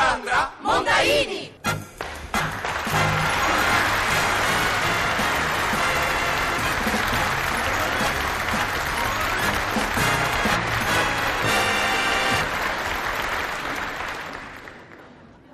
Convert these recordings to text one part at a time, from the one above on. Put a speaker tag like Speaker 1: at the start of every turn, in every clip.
Speaker 1: Sandra Mondaini!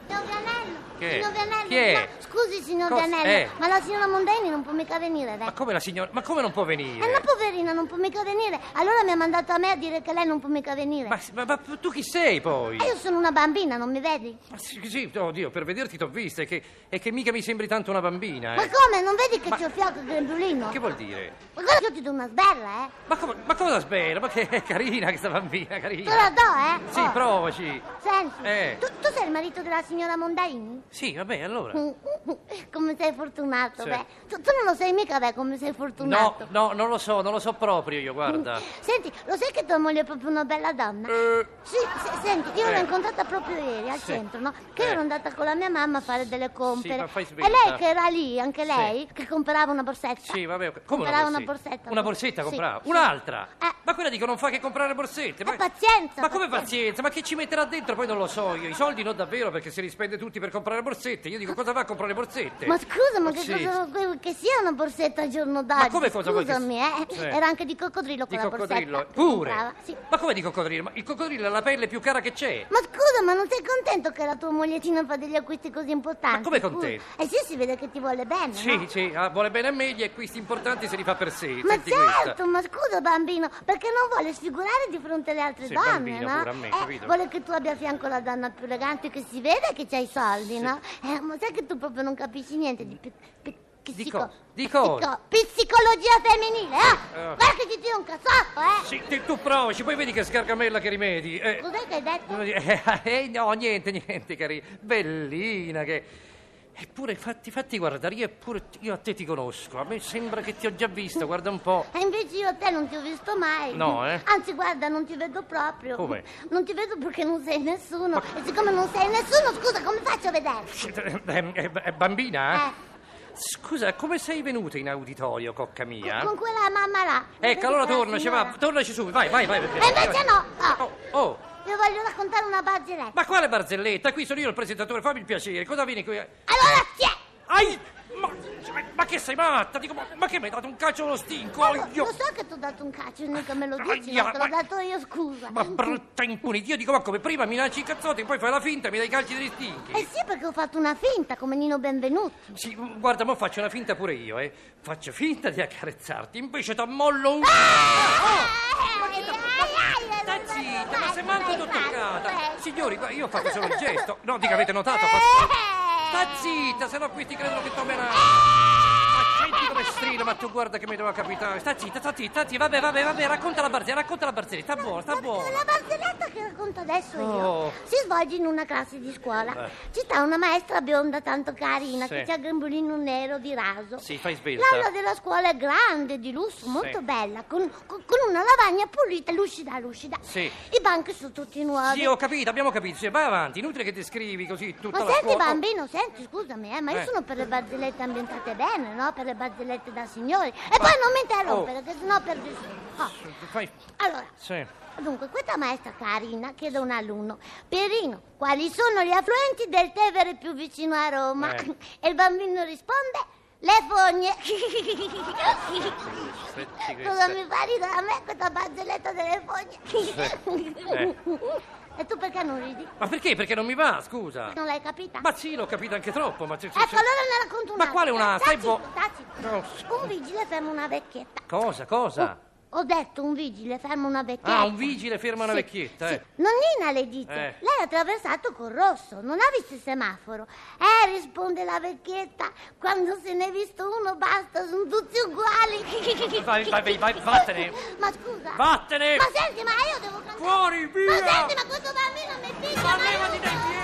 Speaker 2: Signor Vianello,
Speaker 3: Che?
Speaker 2: signor Vianello,
Speaker 3: Chi è?
Speaker 2: ma- scusi signor
Speaker 3: Cos-
Speaker 2: Vianello,
Speaker 3: eh.
Speaker 2: ma la signora Mondaini non può mica venire,
Speaker 3: Ma
Speaker 2: dai.
Speaker 3: come la signora? Ma come non può
Speaker 2: Eh, ma
Speaker 3: venire?
Speaker 2: poverina, non può mica venire. Allora mi ha mandato a me a dire che lei non può mica venire.
Speaker 3: Ma, ma- ma tu chi sei poi?
Speaker 2: Ma io sono una bambina, non mi vedi?
Speaker 3: Ma sì, sì, oddio, per vederti t'ho vista e che, e che mica mi sembri tanto una bambina.
Speaker 2: Ma
Speaker 3: Eh.
Speaker 2: come? Non vedi che
Speaker 3: Ma-
Speaker 2: c'ho il fiocco il grembiulino?
Speaker 3: Che vuol dire?
Speaker 2: Ma guarda che io ti do una sberla, eh.
Speaker 3: Ma, come, ma cosa spero? Ma che è carina questa bambina,
Speaker 2: Te la
Speaker 3: carina.
Speaker 2: do, eh.
Speaker 3: Sì,
Speaker 2: Oh,
Speaker 3: provaci.
Speaker 2: Senti,
Speaker 3: Eh.
Speaker 2: tu, tu sei il marito della signora Mondaini?
Speaker 3: Sì, vabbè, allora.
Speaker 2: Come sei fortunato,
Speaker 3: Eh. Sì.
Speaker 2: beh. Tu, tu non lo sai mica, beh, come sei
Speaker 3: No,
Speaker 2: fortunato.
Speaker 3: no, non lo so, non lo so proprio io, guarda.
Speaker 2: Senti, lo sai che tua moglie è proprio una bella donna?
Speaker 3: Eh,
Speaker 2: Sì, se- senti, io
Speaker 3: Eh.
Speaker 2: l'ho incontrata proprio ieri al
Speaker 3: Sì.
Speaker 2: centro, no? Che
Speaker 3: Eh.
Speaker 2: io ero andata con la mia mamma a fare delle compere.
Speaker 3: ma fai
Speaker 2: e
Speaker 3: svelta.
Speaker 2: lei che era lì, anche lei, che comprava una borsetta.
Speaker 3: sì, vabbè. ok. Come
Speaker 2: comprava
Speaker 3: una borsetta?
Speaker 2: una borsetta.
Speaker 3: Una borsetta
Speaker 2: Sì,
Speaker 3: comprava.
Speaker 2: sì.
Speaker 3: Un'altra.
Speaker 2: Eh.
Speaker 3: Ma quella dico non fa che comprare borsette. Ma,
Speaker 2: Ma pazienza,
Speaker 3: Ma come
Speaker 2: pazienza.
Speaker 3: pazienza? Ma che ci metterà dentro? Poi non lo so io. I soldi non davvero perché se li spende tutti per comprare borsette. Io dico cosa va a comprare borsette?
Speaker 2: Ma scusa, ma che
Speaker 3: sì.
Speaker 2: cosa que- che sia una borsetta al giorno d'oggi?
Speaker 3: Ma come cosa vuoi che
Speaker 2: Scusami, eh.
Speaker 3: Sì.
Speaker 2: Era anche di coccodrillo
Speaker 3: Di
Speaker 2: quella
Speaker 3: coccodrillo.
Speaker 2: borsetta. che
Speaker 3: Pure.
Speaker 2: comprava, Sì.
Speaker 3: Ma come di coccodrillo? Ma il coccodrillo è la pelle più cara che c'è.
Speaker 2: Ma scusa, ma non sei contento che la tua mogliettina fa degli acquisti così importanti?
Speaker 3: Ma come
Speaker 2: Scusa.
Speaker 3: contento?
Speaker 2: Eh sì, si vede che ti vuole bene,
Speaker 3: Sì,
Speaker 2: no?
Speaker 3: sì, ah, vuole bene a me, gli acquisti importanti se li fa per sé.
Speaker 2: Ma
Speaker 3: Senti
Speaker 2: certo,
Speaker 3: questa.
Speaker 2: ma scusa bambino, perché non vuole sfigurare di fronte alle altre
Speaker 3: Sì,
Speaker 2: donne,
Speaker 3: bambino,
Speaker 2: no?
Speaker 3: pure a me,
Speaker 2: Eh,
Speaker 3: capito?
Speaker 2: vuole che tu abbia a fianco la donna più elegante che si vede che c'hai i soldi, no? Eh, ma sai che tu proprio non capisci niente di pi- pi- che
Speaker 3: Di
Speaker 2: si co-
Speaker 3: cosa? Di
Speaker 2: pizzico-
Speaker 3: cosa?
Speaker 2: psicologia femminile, eh?
Speaker 3: Eh.
Speaker 2: Guarda che ti tiro un cazzotto, eh?
Speaker 3: Sì, te- tu provaci, poi vedi che scargamella che rimedi. Eh.
Speaker 2: Cos'è che hai detto?
Speaker 3: Eh, eh, no, niente, niente, carina. Bellina che... Eppure, fatti, fatti guardare, io, eppure, io a te ti conosco. A me sembra che ti ho già visto, guarda un po'.
Speaker 2: E invece io a te non ti ho visto mai.
Speaker 3: No, eh?
Speaker 2: Anzi, guarda, non ti vedo proprio.
Speaker 3: Come?
Speaker 2: Non ti vedo perché non sei nessuno. E siccome non sei nessuno, scusa, come faccio a vederti?
Speaker 3: Eh, eh, eh, bambina?
Speaker 2: Eh.
Speaker 3: Scusa, come sei venuta in auditorio, cocca mia?
Speaker 2: Con quella mamma là.
Speaker 3: Eh? Ecco, allora tornaci,
Speaker 2: Signora.
Speaker 3: va, tornaci subito, vai, vai, vai.
Speaker 2: E invece no. no.
Speaker 3: Oh, oh,
Speaker 2: Vi voglio raccontare una barzelletta.
Speaker 3: ma quale barzelletta? Qui sono io il presentatore, fammi il piacere, cosa vieni qui? a-
Speaker 2: Allora, sì.
Speaker 3: Ai! Ma, ma che sei matta? Dico, ma, ma che mi hai dato un calcio allo stinco?
Speaker 2: Allora,
Speaker 3: Aio!
Speaker 2: Lo so che ti ho dato un calcio, mica me lo
Speaker 3: Aia,
Speaker 2: dici, no, te l'ho
Speaker 3: ma-
Speaker 2: dato io, scusa.
Speaker 3: Ma brutta impunita! Io dico, ma come prima minacci i cazzotti e poi fai la finta e mi dai i calci degli
Speaker 2: Eh
Speaker 3: stinchi.
Speaker 2: sì, perché ho fatto una finta come Nino Benvenuti.
Speaker 3: Sì, guarda, mo faccio una finta pure io, eh. Faccio finta di accarezzarti, invece t'ammollo un... Oh,
Speaker 2: Ma
Speaker 3: che t'ha-
Speaker 2: eh,
Speaker 3: Sta zitta, ma se manco t'ho toccata! Signori, guarda, io ho fatto solo il gesto. No, dica, avete notato? ho
Speaker 2: Eh.
Speaker 3: fatto- Sta zitta, sennò questi credono che t'ho
Speaker 2: Ah!
Speaker 3: menato. Ma senti come strilla, ma tu guarda che mi doveva capitare. Sta zitta, sta zitta, sta zitta. Vabbè, vabbè, vabbè, racconta la barzelletta, racconta la barzelletta. Sta buona, sta buona.
Speaker 2: La barzelletta che racconto adesso
Speaker 3: Oh. Eh.
Speaker 2: io si svolge in una classe di scuola. Ci sta una maestra bionda tanto carina
Speaker 3: Sì.
Speaker 2: che ha il grembolino nero di raso.
Speaker 3: Sì, fai svelta.
Speaker 2: L'aula della scuola è grande, di lusso, molto bella, con, con- con una lavagna pulita, lucida, lucida.
Speaker 3: Sì.
Speaker 2: I banchi sono tutti nuovi.
Speaker 3: Sì, ho capito, abbiamo capito. Sì, vai avanti, inutile che ti scrivi così tutta
Speaker 2: Ma
Speaker 3: la
Speaker 2: senti
Speaker 3: scuola.
Speaker 2: bambino, senti, scusami, eh, ma io
Speaker 3: Eh.
Speaker 2: sono per le barzellette ambientate bene, no? Per le barzellette da signori. E poi non mi interrompere, che sennò perdi il segno. Oh.
Speaker 3: Oh, fai-
Speaker 2: Allora,
Speaker 3: Sì.
Speaker 2: dunque, questa maestra carina chiede a un alunno, Pierino, quali sono gli affluenti del Tevere più vicino a Roma?
Speaker 3: Eh.
Speaker 2: E il bambino risponde, le fogne.
Speaker 3: senti questa.
Speaker 2: Cosa mi fa ridere a me questa barzelletta delle fogne?
Speaker 3: Eh.
Speaker 2: E tu perché non ridi?
Speaker 3: Ma perché? Perché non mi va, scusa.
Speaker 2: Non l'hai capita?
Speaker 3: Ma sì, l'ho capito anche troppo, ma... c'è- c'è-
Speaker 2: Ecco, allora ne racconto una.
Speaker 3: Ma quale una? Stai
Speaker 2: Tacito,
Speaker 3: bo-
Speaker 2: tacito.
Speaker 3: No.
Speaker 2: Un vigile ferma una vecchietta.
Speaker 3: Cosa, cosa?
Speaker 2: Ho detto un vigile ferma una vecchietta.
Speaker 3: Ah, un vigile ferma una
Speaker 2: Eh. Sì,
Speaker 3: vecchietta,
Speaker 2: sì.
Speaker 3: eh.
Speaker 2: Nonnina le dite,
Speaker 3: Eh.
Speaker 2: lei ha attraversato col rosso, non ha visto il semaforo. Eh, risponde la vecchietta, quando se ne è visto uno basta, sono tutti uguali.
Speaker 3: Vai, vai, vai, vai, vattene.
Speaker 2: Ma scusa.
Speaker 3: Vattene!
Speaker 2: Ma senti, ma io devo cantare.
Speaker 3: Fuori, via!
Speaker 2: Ma senti, ma questo bambino mi picchia.
Speaker 3: Ma levati
Speaker 2: aiuto!
Speaker 3: dai piedi!